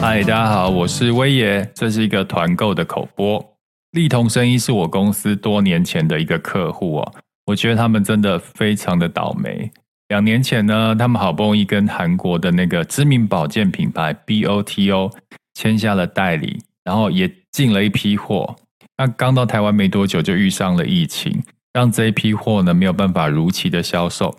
嗨，大家好，我是威爷，这是一个团购的口播。力同生医是我公司多年前的一个客户哦，我觉得他们真的非常的倒霉。两年前呢，他们好不容易跟韩国的那个知名保健品牌 BOTO 签下了代理，然后也进了一批货。那刚到台湾没多久，就遇上了疫情，让这一批货呢没有办法如期的销售，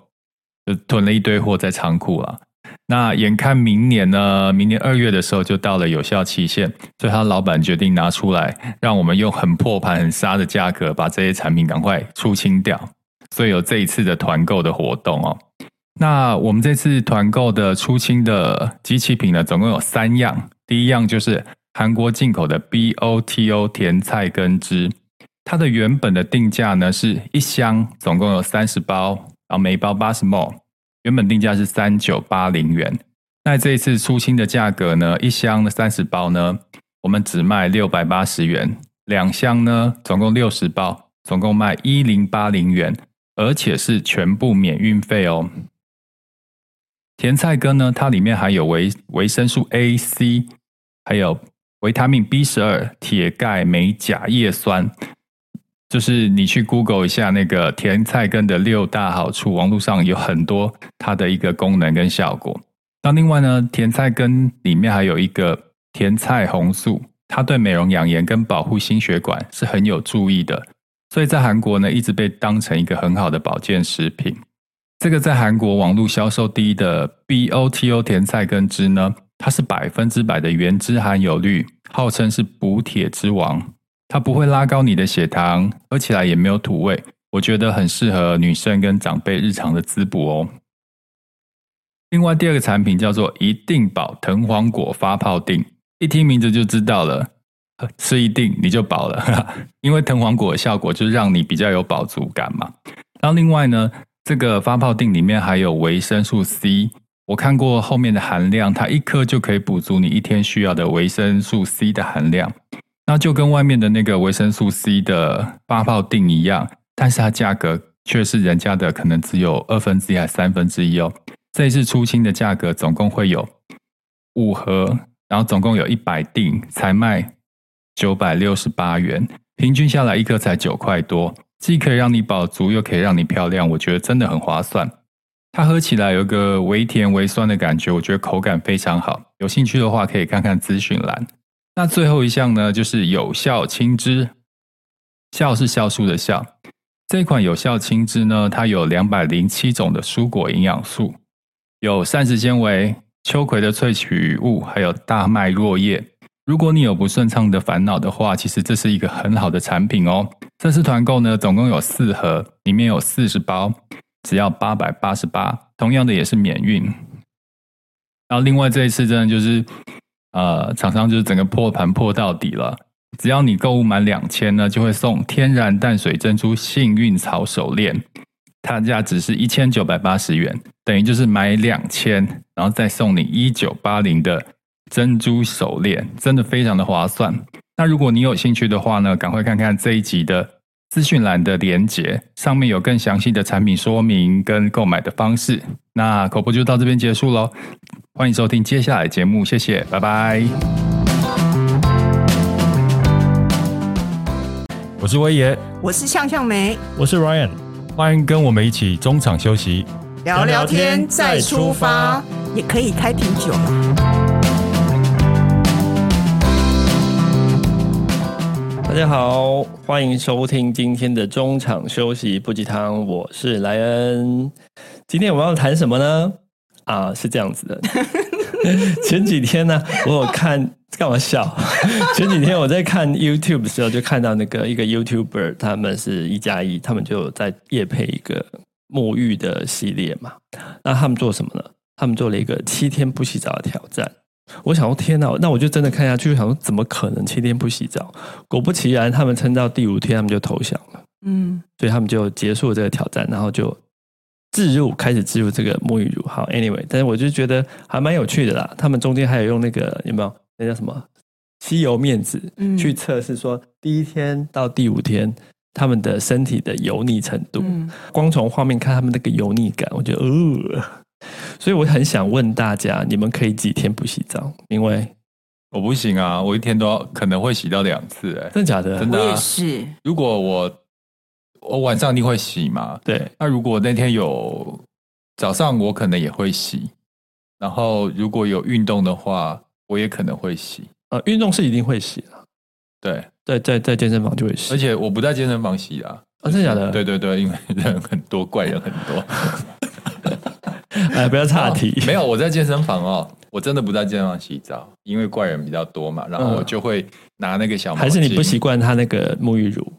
就囤了一堆货在仓库啊。那眼看明年呢，明年二月的时候就到了有效期限，所以他老板决定拿出来，让我们用很破盘、很杀的价格把这些产品赶快出清掉。所以有这一次的团购的活动哦。那我们这次团购的出清的机器品呢，总共有三样。第一样就是韩国进口的 BOTO 甜菜根汁，它的原本的定价呢是一箱总共有三十包，然后每包八十 ml，原本定价是三九八零元。那这一次出清的价格呢，一箱的三十包呢，我们只卖六百八十元，两箱呢总共六十包，总共卖一零八零元，而且是全部免运费哦。甜菜根呢，它里面含有维维生素 A、C，还有维他命 B 十二、铁、钙、镁、钾、叶酸。就是你去 Google 一下那个甜菜根的六大好处，网络上有很多它的一个功能跟效果。那另外呢，甜菜根里面还有一个甜菜红素，它对美容养颜跟保护心血管是很有注意的，所以在韩国呢一直被当成一个很好的保健食品。这个在韩国网络销售第一的 BOTO 甜菜根汁呢，它是百分之百的原汁含有率，号称是补铁之王。它不会拉高你的血糖，喝起来也没有土味，我觉得很适合女生跟长辈日常的滋补哦。另外第二个产品叫做一定饱藤黄果发泡锭，一听名字就知道了，呃吃一定你就饱了，哈 哈因为藤黄果的效果就是让你比较有饱足感嘛。然后另外呢，这个发泡锭里面还有维生素 C，我看过后面的含量，它一颗就可以补足你一天需要的维生素 C 的含量。那就跟外面的那个维生素 C 的发泡锭一样，但是它价格却是人家的可能只有二分之一还三分之一哦。这一次出清的价格总共会有五盒，然后总共有一百锭，才卖九百六十八元，平均下来一颗才九块多，既可以让你饱足，又可以让你漂亮，我觉得真的很划算。它喝起来有个微甜微酸的感觉，我觉得口感非常好。有兴趣的话，可以看看资讯栏。那最后一项呢，就是有效青汁，酵是酵素的酵。这款有效青汁呢，它有两百零七种的蔬果营养素，有膳食纤维、秋葵的萃取物，还有大麦落叶。如果你有不顺畅的烦恼的话，其实这是一个很好的产品哦。这次团购呢，总共有四盒，里面有四十包，只要八百八十八，同样的也是免运。然后另外这一次真的就是，呃，厂商就是整个破盘破到底了。只要你购物满两千呢，就会送天然淡水珍珠幸运草手链，它价值是一千九百八十元，等于就是买两千，然后再送你一九八零的珍珠手链，真的非常的划算。那如果你有兴趣的话呢，赶快看看这一集的资讯栏的连结，上面有更详细的产品说明跟购买的方式。那口播就到这边结束喽，欢迎收听接下来节目，谢谢，拜拜。我是威爷，我是向向梅，我是 Ryan，欢迎跟我们一起中场休息。聊聊天再出发再，也可以开瓶酒了。大家好，欢迎收听今天的中场休息不鸡汤，我是莱恩。今天我们要谈什么呢？啊，是这样子的。 前几天呢、我有看干嘛笑？ 前几天我在看 YouTube 的时候，就看到那个一个 YouTuber，他们是一加一，他们就有在夜配一个沐浴的系列嘛。那他们做什么呢？他们做了一个七天不洗澡的挑战。我想说，天哪！那我就真的看下去，我想说，怎么可能七天不洗澡？果不其然，他们撑到第五天，他们就投降了，嗯，所以他们就结束了这个挑战，然后就置入开始置入这个沐浴乳。好，anyway，但是我就觉得还蛮有趣的啦。他们中间还有用那个有没有那叫什么吸油面纸、嗯去测试，说第一天到第五天他们的身体的油腻程度。嗯光从画面看他们那个油腻感，我觉得呃，所以我很想问大家，你们可以几天不洗澡？因为我不行啊，我一天都要可能会洗到两次、欸，真的假的？真我的、也啊。是，如果我我晚上一定会洗嘛，对，那如果那天有早上，我可能也会洗，然后如果有运动的话，我也可能会洗。呃，运动是一定会洗的，对，在在在健身房就会洗而。且我不在健身房洗啊。啊，真的假的？，对对对，因为 人很多，怪人很 多。哎，不要岔题。没有，我在健身房哦，我真的不在健身房洗澡，因为怪人比较多嘛。然后我就会拿那个小毛巾，嗯 还是你不习惯它那个沐浴乳？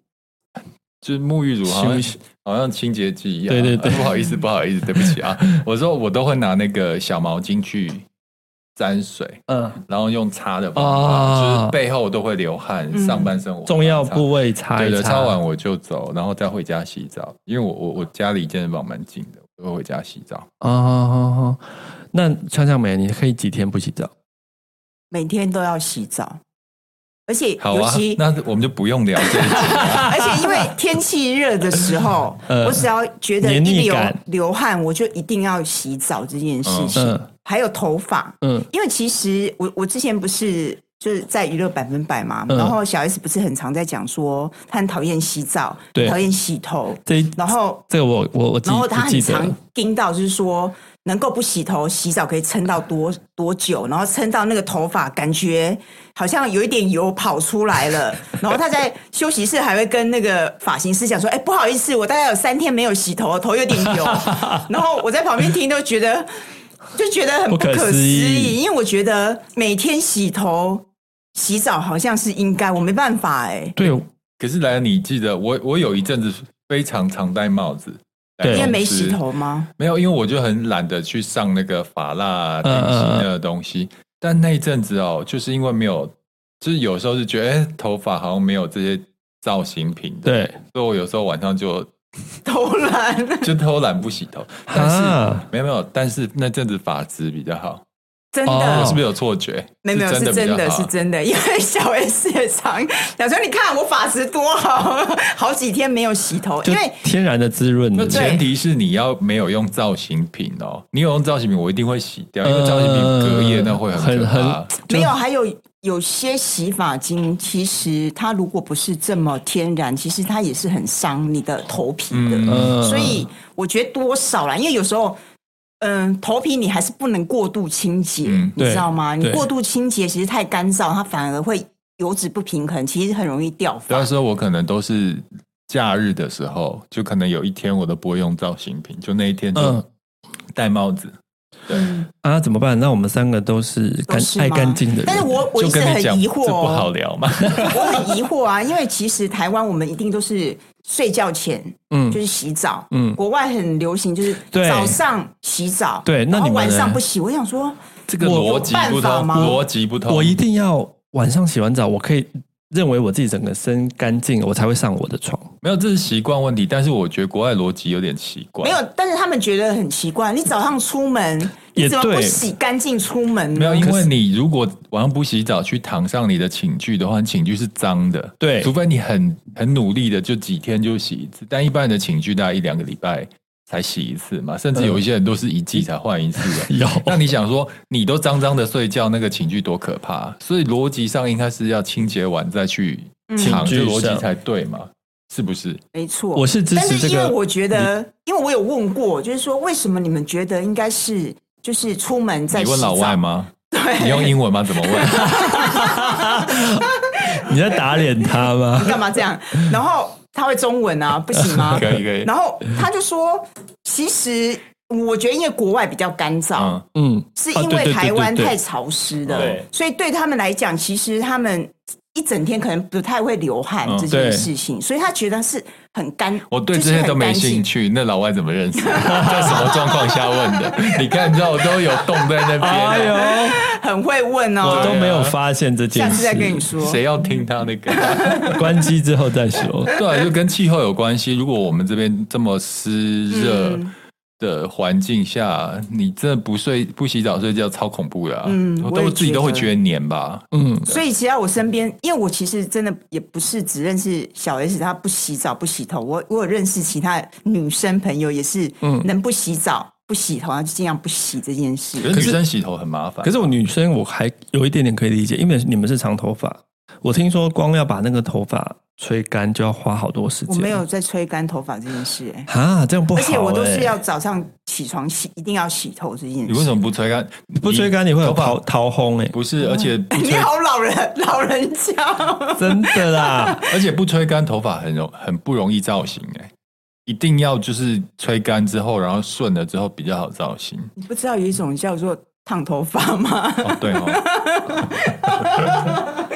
就是沐浴乳好像洗好像清洁剂一样。对对对啊 不好意思，不好意思，对不 起啊。我说我都会拿那个小毛巾去沾水，嗯，然后用擦的方法，哦就是背后都会流汗，嗯上半身我重要部位位擦哦对一的，擦完擦。我就走，然后再回家洗澡，因为我我我家离健身房蛮近的，我会回家洗澡。哦哦哦，那香香美，你可以几天不洗澡？每天都要洗澡，而且好尤啊其，啊那我们就不用聊这一 集了。而且因为 天气热的时候，呃我只要觉得黏腻一流感流汗，我就一定要洗澡这件事情，嗯还有头发，嗯因为其实我我之前不是就是在娱乐百分百嘛，嗯然后小 S 不是很常在讲说她很讨厌洗澡，对讨厌洗头，这一然后这个我我我记然后她我很记得常，盯到就是说能够不洗头洗澡可以撑到多多久，然后撑到那个头发感觉好像有一点油跑出来 了，然后她在休息室还会跟那个发型师讲说，哎不好意思，我大概有三天没有洗头，头有点 油，然后我在旁边听都觉得。就觉得很不不可可思思议议，因为我觉得每天洗头、洗澡好像是应该，我没办法哎、对，可是来，你记得我我有一阵子非常常戴帽子，来对公因司为没洗头吗？ 没有，因为我就很懒得去上那个发蜡、嗯点心嗯嗯的东西。但那一阵子哦，就是因为没有，就是有时候是觉得，哎，头发好像没有这些造型品的，对，所以我有时候晚上就偷懒，就偷懒不洗 头。但是、啊，没有没有，但是那阵子发质比较好，真哦的我是不是有错觉？没有没有是真的真比较的好是真的，因为 小 S 也常讲说，你看我发质多好，好几天没有洗头，就因为天然的滋润那的，前提是你要没有用造型品哦，你有用造型品，我一定会洗掉，因为造型品隔夜那会很可嗯很怕很。没有还有有些洗发精，其实它如果不是这么天然，其实它也是很伤你的头皮的。嗯嗯，所以我觉得多少啦，因为有时候，嗯，头皮你还是不能过度清洁，嗯你对知道吗？你对过度清洁其实太干燥，它反而会油脂不平衡，其实很容易掉不要发。说我可能都是假日的时候，就可能有一天我都不会用造型品，就那一天就嗯戴帽子。啊，怎么办？那我们三个都是干都是吗爱干净的人，但是我我就一直跟很你讲，疑惑、这不好哦，聊 嘛。 我很疑惑啊，因为其实台湾我们一定都是睡觉前嗯就是洗澡，嗯国外很流行就是对早上洗澡，对那然后你们晚呢上不洗，我想说这个逻我辑不有办法通，吗逻辑不通。我一定要晚上洗完澡，我可以认为我自己整个身干净，我才会上我的床。没有，这是习惯问题，但是我觉得国外逻辑有点奇怪。没有，但是他们觉得很奇怪，你早上出门，你也怎么不对洗干净出门呢？嗯没有，因为你如果晚上不洗澡去躺上你的寝具的话，你寝具是脏的。对除非你很很努力的，就几天就洗一次。但一般的寝具大概一两个礼拜才洗一次嘛，甚至有一些人都是一季才换一次的。嗯 有那你想说，你都脏脏的睡觉，那个寝具多可怕、所以逻辑上应该是要清洁完再去躺，寝具这逻上辑才对嘛？是不是？没错，我是支但持是这因为个，我觉得，因为我有问过，就是说为什么你们觉得应该是就是出门再你洗问老澡？外 吗？你用英文吗？怎么问？你在打脸他吗你？干嘛这样？然后他会中文啊，不行 吗？可以可以然后他就说，其实我觉得因为国外比较干燥，嗯，嗯，是啊因对为对对台湾对对太潮湿了，对所以对他们来讲，其实他们一整天可能不太会流汗嗯这件事情，所以他觉得是很干。我对就这是些很都没干净兴趣，那老外怎么认识？ 在什么状况下问的？ 你看，你知道我都有洞在那哎边，啊呦，很会问我哦都。没有发现这件啊下事，次再跟你说。谁要听他那个？ 关机之后再说。对啊，就跟气候有关系。如果我们这边这么湿热嗯的环境下，你真的不睡不洗澡睡觉，超恐怖的、啊。嗯我我都也自己都会觉觉得黏吧。嗯，所以，其实我身边，因为我其实真的也不是只认识小 S，她嗯不洗澡不洗头，我我有认识其他女生朋友也是，能不洗澡不洗头，他就尽量不洗这件事。可是女生洗头很麻烦可。是我女生我还有一点点可以理解，因为你们是长头发，我听说光要把那个头发吹干就要花好多时我间。没有在吹干头发这件事、哎，啊，这样不好、而欸。且我都是要早上起床洗，一定要洗头这件你为事。什么不吹干？不吹干你会有头发桃桃红哎、不是，而且不 你吹，好老人，老人家，哦真的啦。而且不吹干头发很容很不容易造型哎、一定要就是吹干之后，然后顺了之后比较好造型。 你不知道有一种叫做烫头发吗？ 哦，对哦，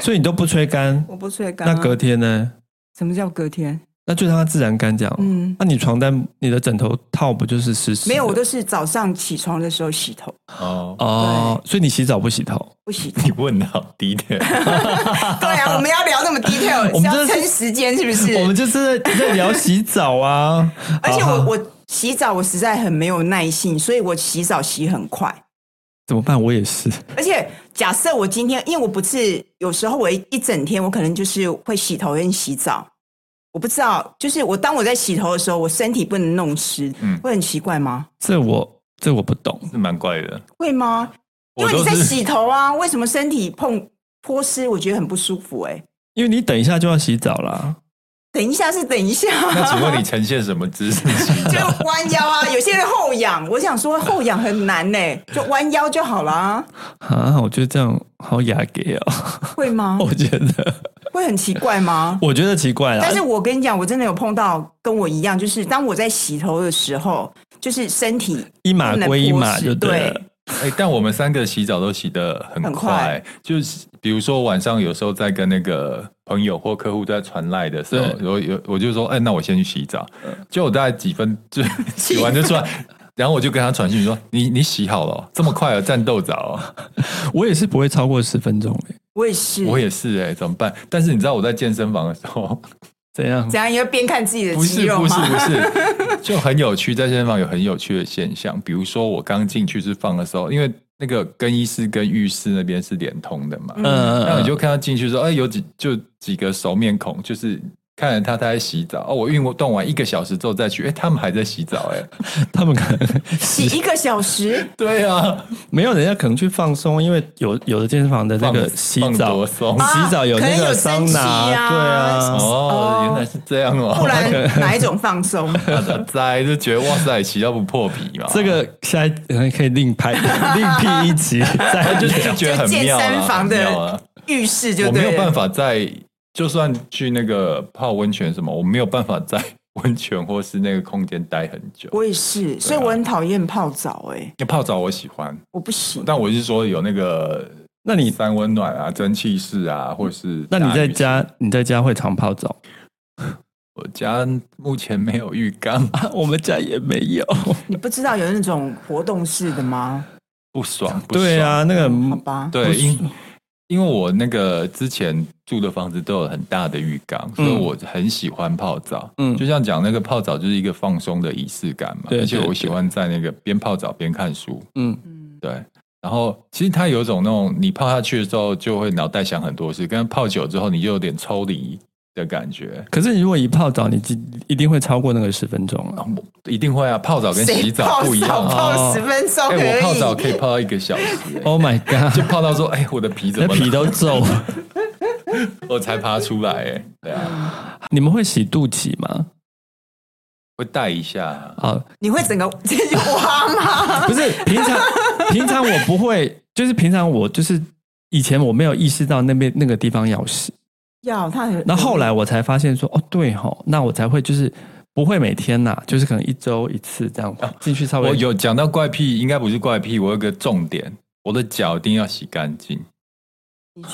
所以你都不吹干，我不吹干、那啊。隔天呢？什么叫隔天？那就让它自然干这样。嗯，那你床单、你的枕头套不就是湿湿的？没有，我都是早上起床的时候洗头，哦，哦，所以你洗澡不洗头？不洗头。你问的好低调。对啊，我们要聊那么 detail，我是们要真的是撑时间是不是？我们就是在聊洗澡啊。而且好我好我洗澡我实在很没有耐性，所以我洗澡洗很快。 怎么办？我也是。而且假设我今天，因为我不是有时候我一一整天，我可能就是会洗头跟洗澡。我不知道，就是我当我在洗头的时候，我身体不能弄湿，嗯会很奇怪吗？这我这我不懂，是蛮怪的。会吗？因我为你都在是洗头啊，为什么身体碰泼湿，我觉得很不舒服、哎，因为你等一下就要洗澡啦。等一下是等一下， 那请问你呈现什么姿势洗 就澡？弯腰啊。有些人后仰，我想说后仰很难呢、就弯腰就好啦，啊，我觉得这样好雅给哦， 会吗？我觉得，会很奇怪吗？ 我觉得奇怪啦。但是呃我跟你讲，我真的有碰到跟我一样，就是当我在洗头的时候，就是身体一码归一码就对了对。哎、但我们三个洗澡都洗得很快，很快就是比如说晚上有时候在跟那个朋友或客户在传赖的时候，有有我就说，哎、那我先去洗澡，就我大概几分 就洗完就出来，然后我就跟他传讯息说，你你洗好了哦、这么快啊，战斗澡哦、我也是不会超过十分钟欸的。我也是， 我也是哎、怎么办？但是你知道我在健身房的时 候，怎样怎？样？你会边看自己的不肌是肉不是吗？不是， 就很有趣，在健身房有很有趣的现象，比如说我刚进去是放的时候，因为那个更衣室跟浴室那边是连通的嘛，嗯嗯那你就看他进去说，哎，有几就几个熟面孔，就是看着他他在洗澡，哦，我运动完一个小时之后再去，哎，他们还在洗澡，哎， 他们可能洗一个小时，对啊，没有人家可能去放松，因为有有的健身房的那个放洗放澡多，松你洗澡有那可能个有升桑旗拿，啊对啊。哦，原来是这样不哦， 然哪一种放松？在就觉得哇塞，洗到不破皮嘛，这个下一可以 另拍另辟一集，再就 就是觉得很健妙啦身房很妙的啊浴室就我没有对办了。法在，就算去那个泡温泉什么，我没有办法在温泉或是那个空间待很久。我也啊是，所以我很讨厌泡澡、哎，泡澡我喜欢，我不行。但我是说有那个那你三温暖啊、蒸汽室啊，或是那你大在浴室？家你在家会常泡澡？我家目前没有浴 缸，我们家也没有。你不知道有那种活动式的吗？不爽。不爽 对，啊，那个好吧，对，因因为我那个之前住的房子都有很大的浴缸，所以嗯我很喜欢泡澡。嗯就像讲那个泡澡就是一个放松的仪式感嘛，对而且对我对喜欢在那个边泡澡边看书。嗯，嗯，对，然后其实它有一种那种你泡下去的时候就会脑袋想很多事，跟泡久之后你就有点抽离的感觉。可是你如果一泡澡，你一一定会超过那个十分钟啊。一定会啊，泡澡跟谁洗澡不一样泡啊！澡泡哦十分钟哎、而我已。泡澡可以泡到一个小时、哎 Oh my god，就泡到说，哎、我的皮怎那么皮了？都皱。我才爬出来、哎，对啊， 你们会洗肚脐吗？会带一下。啊，你会整个 这就挖 吗？不是，平常平常我不会，就是平常我就是以前我没有意识到那边那个地方要洗，要他很，那后来我才发现说，哦，对吼，那我才会就是不会每天呐、就是可能一周一次这样进去稍微。我有讲到怪癖，应该不是怪癖，我有个重点，我的脚一定要洗干净，你哦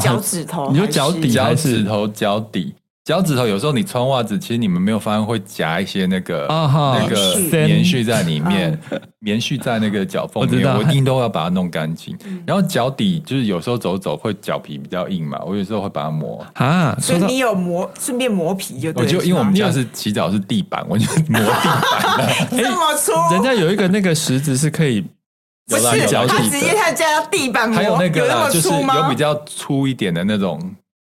说脚趾头还是，你说脚底脚还是趾头、脚底、脚趾头，有时候你穿袜子，其实你们没有发现会夹一些那个啊哈，那个棉棉絮在里面， 棉絮在那个脚缝里我知面，道我一定都要把它弄干净。然后脚底就是有时候走走会脚皮比较硬嘛，我有时候会把它磨。啊，所说以到你有磨，顺便磨皮就我对了。就因为我们是家是洗澡是地板， 我就磨地板了。吗这么粗，人家有一个那个石子是可以，不有啦是有他脚底直接的，他加到地板磨，还有那个啦，那么就是粗吗？有比较粗一点的那种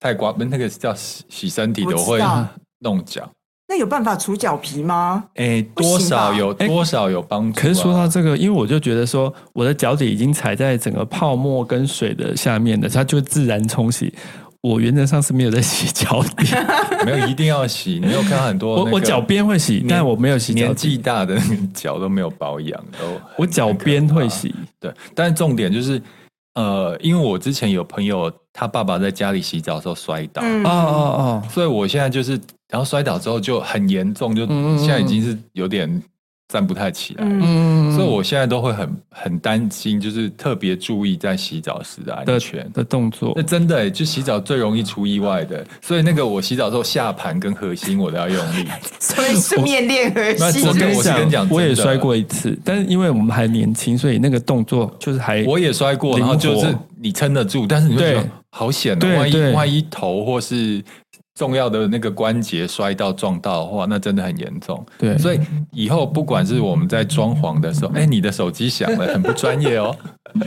菜瓜，不是那个叫洗洗身体的，我我知会道弄脚。那有办法除脚皮吗？哎，多少有多少有帮助啊。可是说到这个，因为我就觉得说，我的脚底已经踩在整个泡沫跟水的下面了，它就会自然冲洗。我原则上是没有在洗脚底， 没有一定要洗，你有看到很多我那个我脚边会洗，但我没有洗脚年底。纪大的脚都没有保养，都很我脚边会洗，啊对。但是重点就是，呃，因为我之前有朋友他爸爸在家里洗澡的时候摔倒，嗯，哦哦所以我现在就是，然后摔倒之后就很严重，就嗯嗯嗯现在已经是有点站不太起来。哦，嗯嗯，所以，我现在都会很很担心，就是特别注意在洗澡时的安的全。的动作那，真的、欸，就洗澡最容易出意外的，所以那个我洗澡之后下盘跟核心我都要用 力。所以是面练核那心我。跟我是跟你讲我也真的摔过一次，但是因为我们还年轻，所以那个动作就是还我也摔过，灵然活后就是你撑得住，但是你会觉得对好险哦、对万一对万一头或是重要的那个关节摔到撞到的话，那真的很严重。对所以以后不管是我们在装潢的时候，哎、你的手机响了，很不专业哦。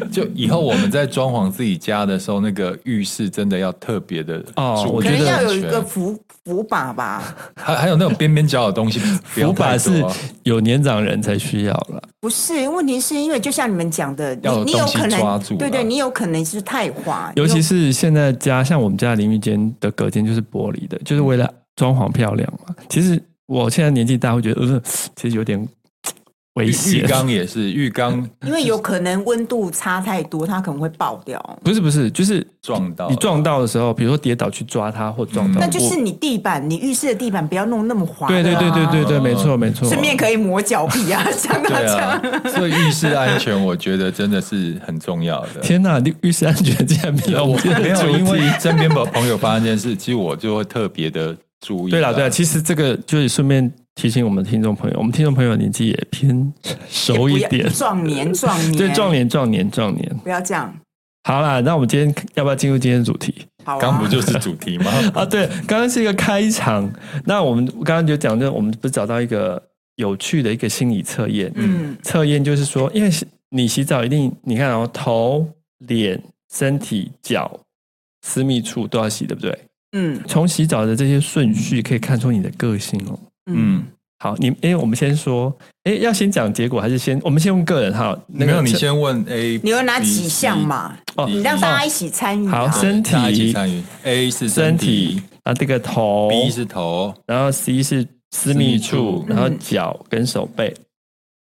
就以后我们在装潢自己家的时候，那个浴室真的要特别的哦我可觉能得要有一个扶扶把吧，还还有那种边边角角的东西，不要扶把太多啊是有年长人才需要了。不是问题，是因为就像你们讲的，你要有你有东西可抓能住，对对，啦你有可能是太滑，尤其有是现在家，像我们家的淋浴间的隔间就是玻璃的，就是为了装潢漂亮嘛。其实我现在年纪大，会觉得呃，其实有点危浴浴险。缸也是嗯浴缸因为有可能温度差太多，它可能会爆掉。 不是不是，就是撞到你撞到的时候，比如说跌倒去抓它或嗯撞到，那就我是你地板，你浴室的地板不要弄那么滑、啊。对对对对对对，嗯没错没错。顺便可以磨脚皮啊，像他对 这啊样。，所以浴室安全，我觉得真的是很重要的。天哪，浴室安全竟然没有 我我们没的主有题因为身边的朋友发生这件事，其实我就会特别的注意。 对了对了，其实这个就是顺便提醒我们的听众朋友，我们听众朋友年纪也偏熟 一不要点，壮年壮年，对壮年壮年壮年。不要这样。好啦，那我们今天要不要进入今天的主题？好、啊，刚不就是主题吗？啊，对，刚刚是一个开场。那我们刚刚就讲，就我们不是找到一个有趣的一个心理测验。嗯测验就是说，因为洗你洗澡一定，你看哦，头、脸、身体、脚、私密处都要洗，对不对？嗯从洗澡的这些顺序可以看出你的个性哦。嗯，嗯，好，你哎，我们先说，哎，要先讲结果还是先？我们先用个人哈。那没个有，你测先问 A，你有哪几项？嘛？哦你让大家一起参与、啊。好身体大家一起参与。A 是身身体体，啊，这个头，B 是头，然后 C 是私密处私密处，嗯然后嗯脚跟手背，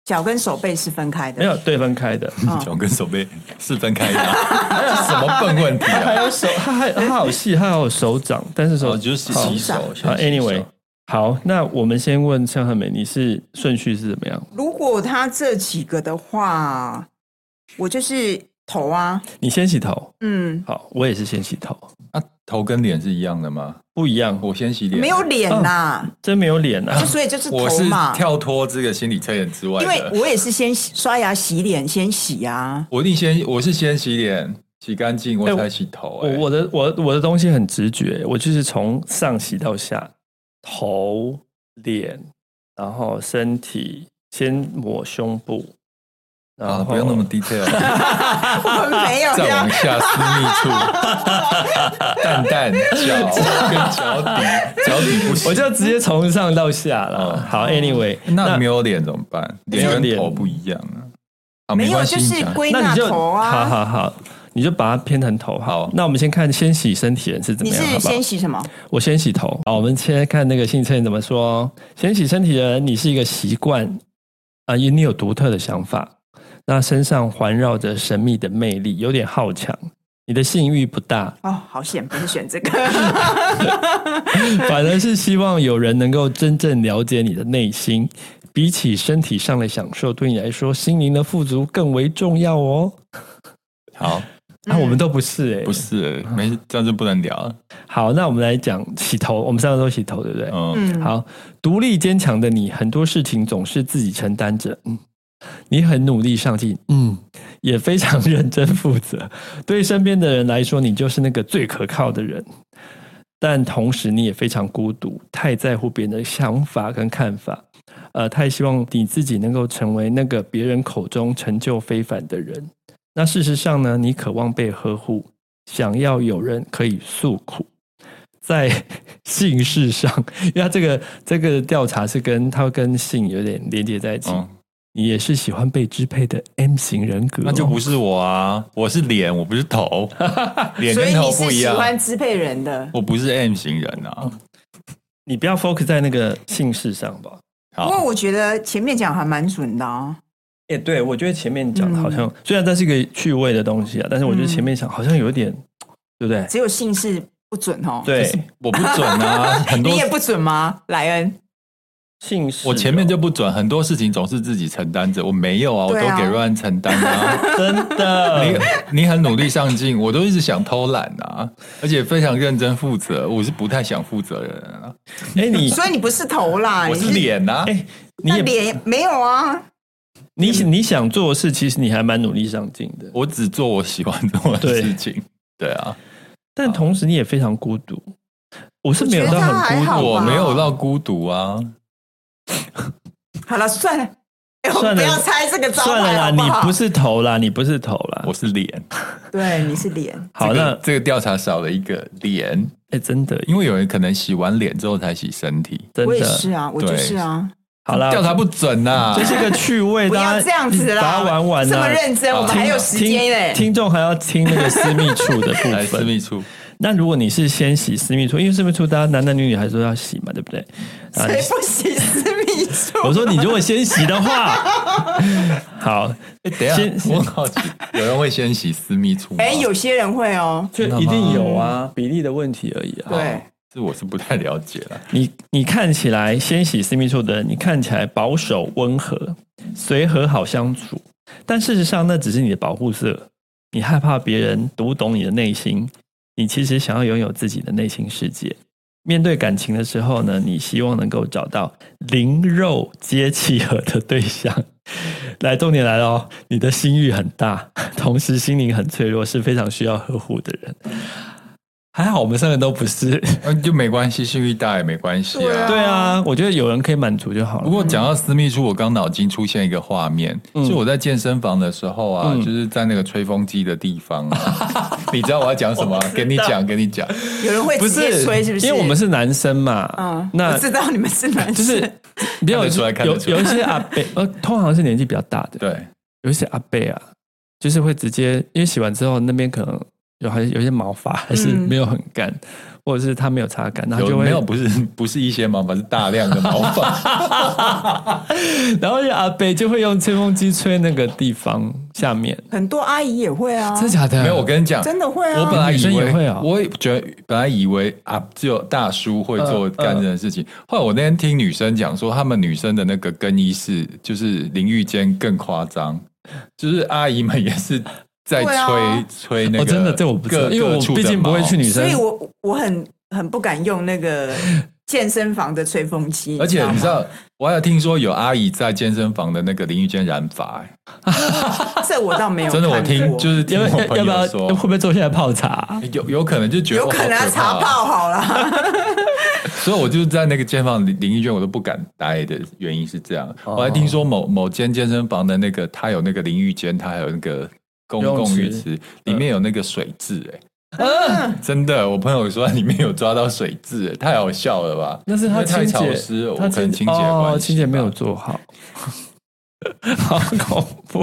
脚跟手背是分开的。没有对分开的。嗯脚跟手背是分开的啊， 这是什么笨问题还啊？有手，他还他好细，他还有手掌，但是手哦，就是好洗手。先洗手好，anyway，好，那我们先问向和美，你是顺序是怎么样？如果他这几个的话，我就是头啊，你先洗头，嗯，好，我也是先洗头，啊，头跟脸是一样的吗？不一样，我先洗脸，啊没有，脸呐、真没有脸啊就，所以就是我头是嘛。跳脱这个心理测验之外因为的。我也是先洗刷牙、洗脸，先洗 啊。我一定先，我是先洗脸，洗干净，我哎才洗头。我哎我的我我的东西很直觉，我就是从上洗到下，头、脸，然后身体，先抹胸部，然后、啊，不用那么哦 detail，我没有再呀往，下私密处， 蛋蛋脚跟脚底，脚底不 行。我就直接从上到下了。哦好，anyway，那没有脸怎么办？脸跟头不一样啊。啊，没有关系，就你是讲归那纳你就头好啊。好好，你就把它偏成头。好那我们先看先洗身体人是怎你么样，好是不好先？洗什么？我先洗头。好，我们先看那个性测验怎么说哦。先洗身体人，你是一个习惯啊，因、为你有独特的想法，那身上环绕着神秘的魅力，有点好强。你的性欲不大，哦，好险，不是选这 个。反而是希望有人能够真正了解你的内心。比起身体上的享受，对你来说，心灵的富足更为重要哦。好，啊，我们都不是哎、不是没事这样就不能聊了。好，那我们来讲洗头，我们三个都洗头，对不对？嗯，嗯，好，独立坚强的你，很多事情总是自己承担着。嗯，你很努力上进，嗯，也非常认真负责。对身边的人来说，你就是那个最可靠的人。但同时，你也非常孤独，太在乎别人的想法跟看法，呃，太希望你自己能够成为那个别人口中成就非凡的人。那事实上呢，你渴望被呵护，想要有人可以诉苦，在 姓氏上，因为他这个这个调查是跟他跟姓有点连接在一起。嗯，你也是喜欢被支配的 M 型人格哦、那就不是我啊，我是脸，我不是 头，脸所跟以头你不是一喜样。欢支配人的，我不是 M 型人啊。你不要 focus 在那个姓氏上吧。不过好，我觉得前面讲还蛮准的啊。哎、对，我觉得前面讲的好像、虽然它是一个趣味的东西啊，但是我觉得前面讲好像有一点，对不对？只有姓氏不准哦。就是对，我不准啊，很多你也不准吗，莱恩？姓氏哦、我前面就不准，很多事情总是自己承担着，我没有啊，我都对啊给瑞安承担 啊。真的，你你很努力上进，我都一直想偷懒啊，而且非常认真负责，我是不太想负责任啊，哎、你所以你不是头啦，我你是脸啊哎、。你那也脸没有啊？你你想做的事，其实你还蛮努力上进的，我只做我喜欢做的对事情。对啊，但同时你也非常孤独。我是没有到我觉得他很还孤好吧独，我没有到孤独啊，好了，算了，哎，我算们了不要猜这个招算了牌啦，好不你好？不是头啦，你不是头啦我。是脸。对，你是脸，好，这那个这个调查少了一个脸，哎、真的，因为有人可能洗完脸之后才洗身体。真我也的是，啊，我就是啊，好啦，调查不准啊呐、这是个趣味，不大要家这样子啦，把它玩完这么啦认真，好我们还有时间嘞。听众还要听那个私密处的部来， 私分。密处，那如果你是先洗私密处，因为私密处大家男男女女还是都要洗嘛，对不对？啊谁不洗私密 我处？说你如果先洗的 话，好，哎、等一先下，我很好奇，有人会先洗私密处吗？哎，有些人会哦，就一定有啊，比例的问题而已啊对，这我是不太了解了。你你看起来先洗私密处的人，你看起来保守温和，随和好相处，但事实上那只是你的保护色。你害怕别人读懂你的内心，你其实想要拥有自己的内心世界。面对感情的时候呢，你希望能够找到灵肉皆契合的对象。 来，重点来了哦，你的心欲很大，同时心灵很脆弱，是非常需要呵护的人。还好我们三个都不是。嗯，就没关系，性欲大也没关系对啊。啊对啊，我觉得有人可以满足就好不了。过讲到私密处，我刚脑筋出现一个画面，嗯是我在健身房的时候啊，嗯就是在那个吹风机的地方、 啊，你知道我要讲什么？给你讲，给你讲。有人会直接吹，是不是？因为我们是男生嘛，嗯，那我知道你们是男生，就是比较看得出来看有得出来有一些 阿伯，呃，通常是年纪比较大的，对，有一些阿伯啊，就是会直接因为洗完之后那边可能有还有一些毛发还是嗯没有很干，或者是他没有擦干，然后有就会没有不是不是一些毛发，是大量的毛发。 然后阿伯就会用吹风机吹那个地方下面，很多阿姨也会啊，真的假的？没有，我跟你讲，真的会啊。我本来女以生为也会啊我也觉得本来以为啊，只有大叔会做嗯干这种事情。后来我那天听女生讲说，她们女生的那个更衣室就是淋浴间更夸张，就是阿姨们也是在吹、对啊吹那个、哦，真的这我不知道，各因为我毕竟不会去。女生所以我我很很不敢用那个健身房的吹风机，各处的毛而且你知吗，道，我还有听说有阿姨在健身房的那个淋浴间染发、欸这我倒没有真的我看听过就是听要我不要朋要不友要说会，不会坐下来泡茶？有有可能就觉得有可哦能好要可怕查啊爆好了。所以我就是在那个健身房淋淋浴间，我都不敢待的原因是这样。哦我还听说某某间健身房的那个，它有那个淋浴间，它还有那个公游泳共池啊浴池，里面有那个水质、欸，真的，我朋友说里面有抓到水质、欸太好笑了吧？那是因他为太清潮洁，湿了，我他可能清洁关系哦，吧清洁没有。做 好，好恐怖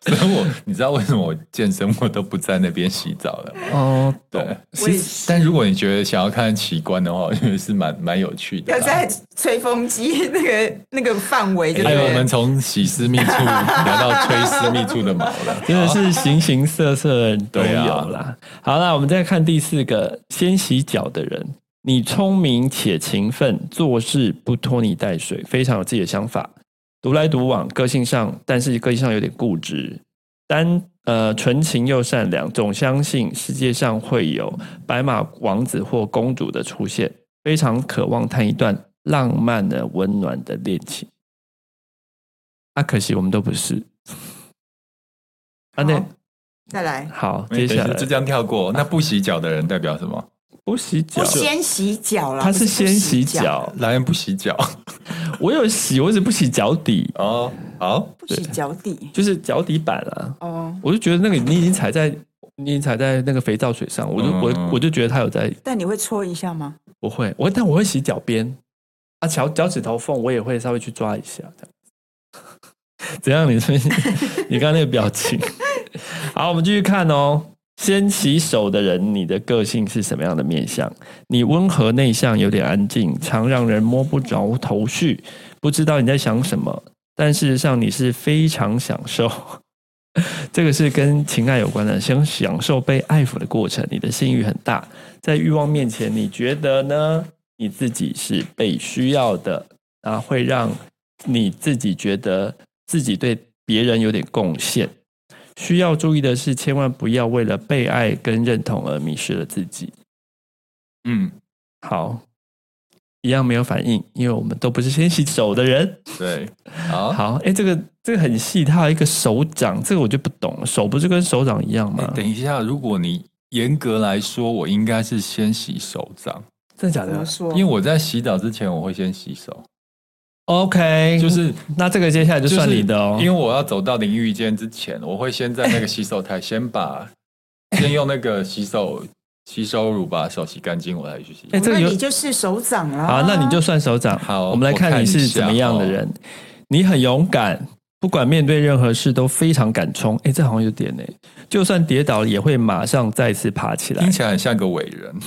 所以我你知道为什么我健身我都不在那边洗澡了吗？哦。对，我也是但如果你觉得想要看奇观的话，我觉得是蛮蛮有趣的啦。要在吹风机 那个那个范围， 对不哎，我对们？从洗私密处聊到吹私密处的毛了，真的是形形色色的人都对啊有啦。好啦，我们再看第四个，先洗脚的人，你聪明且勤奋，做事不拖泥带水，非常有自己的想法，独来独往，个性上，但是个性上有点固执，单呃纯情又善良，总相信世界上会有白马王子或公主的出现，非常渴望谈一段浪漫的、温暖的恋情。啊，可惜我们都不是。啊，那好再来，好，没 接等一下下来就这样跳过。那不洗脚的人代表什 么？不洗脚不，先洗脚了，他不是是先洗脚，脚，男人不洗脚我有洗，我只不洗脚底， 哦，好，不洗脚底就是脚底板啊。哦。我就觉得那个你已经踩在你踩在那个肥皂水上，我就、嗯我我就觉得它有在，但你会搓一下吗？我会我但我会洗脚边啊，脚脚趾头缝我也会稍微去抓一下这 样。怎样？你是你刚刚那个表情？ 好，我们继续看哦。先洗手的人，你的个性是什么样的面相？你温和内向，有点安静，常让人摸不着头绪，不知道你在想什么。但事实上，你是非常享受， 这个是跟情爱有关的，先享受被爱抚的过程。你的性欲很大，在欲望面前，你觉得呢？你自己是被需要的，啊，会让你自己觉得自己对别人有点贡献。需要注意的是，千万不要为了被爱跟认同而迷失了自己。嗯，好，一样没有反应，因为我们都不是先洗手的人。对，好，好，哎、这个这个很细，它有一个手掌，这个我就不懂了。手不是跟手掌一样哎吗？等一下，如果你严格来说，我应该是先洗手掌，真的假怎么说？因为我在洗澡之前我会先洗手， ？OK，就就是是那这个接下来就算你的哦。就是因为我要走到淋浴间之前，我会先在那个洗手台先把先用那个洗手洗手乳把手洗干净，我才去洗。哎这个那有你就是手掌啊啦。好，那你就算手掌。好我们来看你哦是怎么样的人。你很勇敢，不管面对任何事都非常敢冲。哎、这好像有点哎、就算跌倒了也会马上再次爬起来听。起来很像个伟人。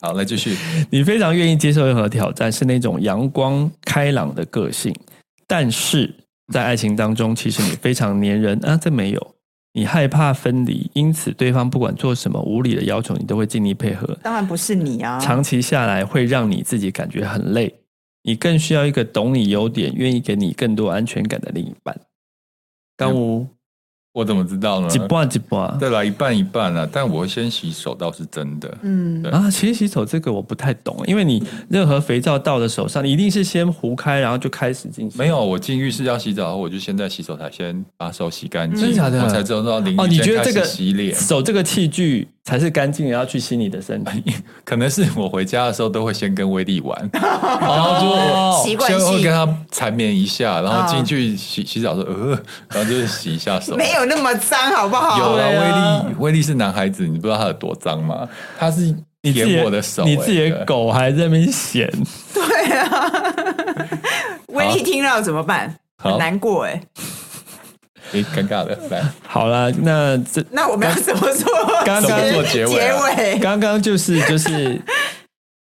好，来继续。你非常愿意接受任何挑战，是那种阳光开朗的个性。但是在爱情当中，其实你非常粘人啊，这没有。你害怕分离，因此对方不管做什么无理的要求，你都会尽力配合。当然不是你啊，长期下来会让你自己感觉很累。你更需要一个懂你优点、愿意给你更多安全感的另一半。干五我怎么知道呢？几半几半对啦，一半一半啦，但我会先洗手，倒是真的。嗯，对啊？其实洗手这个我不太懂，因为你任何肥皂到的手上，你一定是先糊开，然后就开始进行。没有，我进浴室要洗澡后，我就先在洗手台先把手洗干净，真的假的我才知道到淋哦，浴你间觉得开这始个洗脸。手这个器具才是干净的，要去洗你的身体？可能是我回家的时候都会先跟威力 玩，然后哦就习惯性哦先会跟他缠绵一下，然后进去洗洗澡的时候，呃，然后就是洗一下手。没有那么脏，好不好？有对啊啊，威力威力是男孩子，你不知道他有多脏吗？他是你 自己舔我的手，你自己的哎狗还在那边嫌。对啊，威力听到怎么办？好很难过哎、对哎尴尬的来。好啦，那这那我们要怎么做？ 刚刚怎么做结尾啊尾 刚刚就是就是，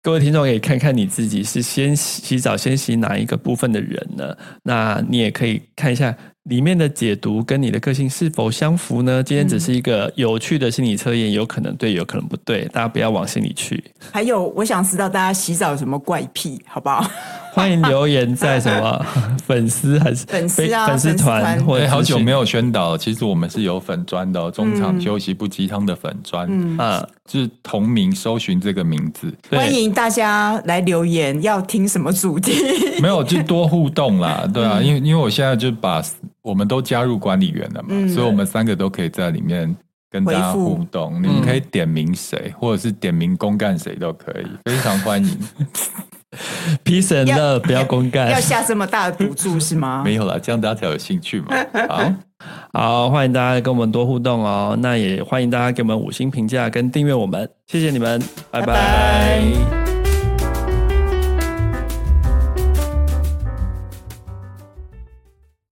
各位听众可以看看你自己是先洗澡先洗哪一个部分的人呢？那你也可以看一下里面的解读跟你的个性是否相符呢？今天只是一个有趣的心理测验，有可能对，有可能不对，大家不要往心里去。还有，哎我想知道大家洗澡有什么怪癖，好不好？欢迎留言在什 么粉丝还是粉丝啊粉丝粉丝团团或者哎，好久没有有宣导了，其实我们是有粉砖的、哦，中嗯场休息不鸡汤的粉砖，啊？就是同名搜寻这个名 字，对欢迎大家来留言，要听什么主题？没有就多互动啦，对嗯啊，因为因为我现在就把我们都加入管理员了嘛，嗯所以我们三个都可以在里面跟大家回复互动，你们可以点名谁，或者是点名公干谁都可以，非常欢 迎。 ，peace and 要 love，不要公要干。下这么大的赌注是吗？哎没有啦，这样大家才有兴趣嘛。好，好，欢迎大家跟我们多互动哦。那也欢迎大家给我们五星评价跟订阅我们，谢谢你们，拜拜拜拜拜。